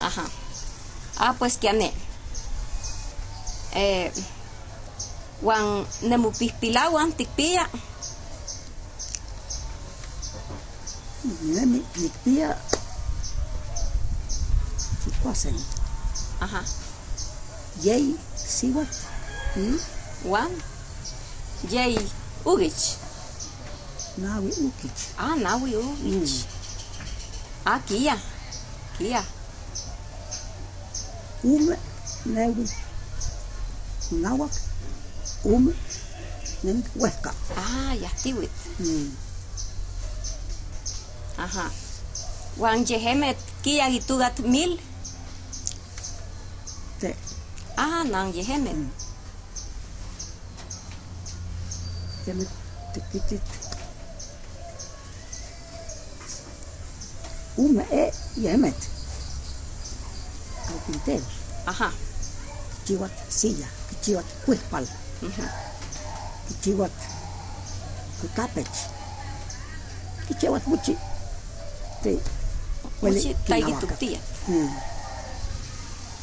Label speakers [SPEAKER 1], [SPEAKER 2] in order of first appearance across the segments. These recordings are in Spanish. [SPEAKER 1] Ajá. Ah, pues kiane. Eh, wan nemupispilawan tikpiya.
[SPEAKER 2] Nemi nikpia chikuasen.
[SPEAKER 1] Ajá.
[SPEAKER 2] Yei siwa
[SPEAKER 1] Mm. Wan yei ugich.
[SPEAKER 2] nawi ukich.
[SPEAKER 1] Ah, nawi ugich. Ah, kia. Kia.
[SPEAKER 2] Ume newi nawak ume nemi huesca. Mm,
[SPEAKER 1] Ah, yastiwit. Ajá. Wan yehemet kia gitugat mil.
[SPEAKER 2] Te
[SPEAKER 1] Ah, nan yehemet.
[SPEAKER 2] Mm. temi tikitit. Ume e yemet. Alpintel.
[SPEAKER 1] Ajá.
[SPEAKER 2] Kichiwat silla. Kichiwat huespal.
[SPEAKER 1] Ujú.
[SPEAKER 2] Kichiwat kutapech. Kichiwat muchi. Te
[SPEAKER 1] Muchi taigituktiya.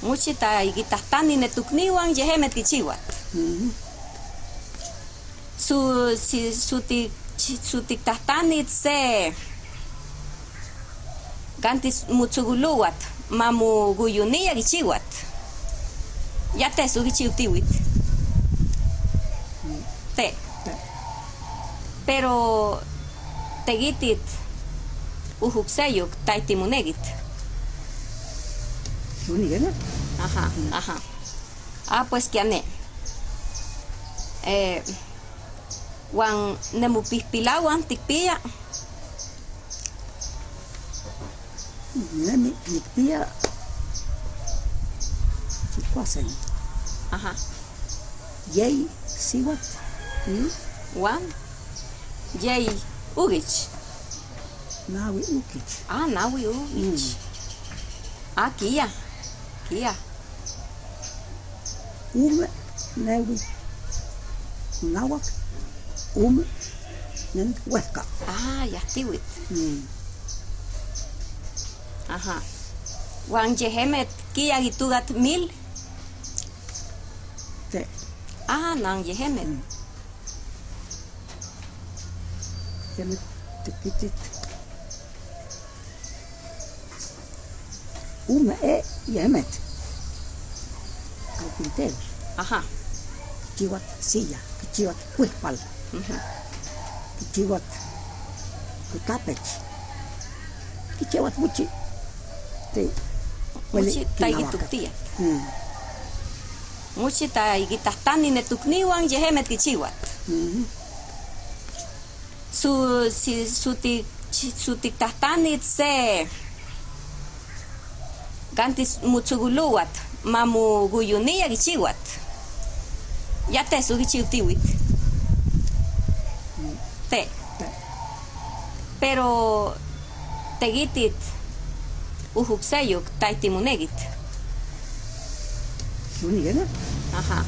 [SPEAKER 1] Muchi taigitajtani netukniwan yehemet kichiwat. su si su ti su tiktahtanit se gantis mutsuguluwat mamu guyuniya gichiwat yate su gichiutiwit te pero tegitit ujukseyuk taitimunegit
[SPEAKER 2] Unigena.
[SPEAKER 1] Ajá, ajá. Ah, pues que ane. Eh, wan nemupispilawan tikpiya.
[SPEAKER 2] Nemi nikpia chikuasen.
[SPEAKER 1] Ajá.
[SPEAKER 2] Yei siwat
[SPEAKER 1] Mm. Wan yei ugich.
[SPEAKER 2] nawi ukich.
[SPEAKER 1] Ah, nawi
[SPEAKER 2] Mm.
[SPEAKER 1] ugich. Ah, kia. Kia.
[SPEAKER 2] Ume newi nawak ume nemi huesca.
[SPEAKER 1] Ah, yastiwit. Ajá. Wan yehemet kia gitugat mil.
[SPEAKER 2] Te
[SPEAKER 1] Ah, nan yehemet.
[SPEAKER 2] Mm. temi tikitit. Ume e yemet. Alpintel.
[SPEAKER 1] Ajá.
[SPEAKER 2] Kichiwat silla. Kichiwat huespal.
[SPEAKER 1] Ujú.
[SPEAKER 2] Kichiwat kutapech. Kichiwat muchi. Te
[SPEAKER 1] Muchi taigituktiya.
[SPEAKER 2] Hmm.
[SPEAKER 1] Muchi taigitajtani netukniwan yehemet kichiwat. su si su ti su tiktahtanit se gantis mutsuguluwat mamu guyuniya gichiwat yate su gichiutiwit te
[SPEAKER 2] Te.
[SPEAKER 1] pero tegitit ujukseyuk taitimunegit
[SPEAKER 2] Unigena.
[SPEAKER 1] ajá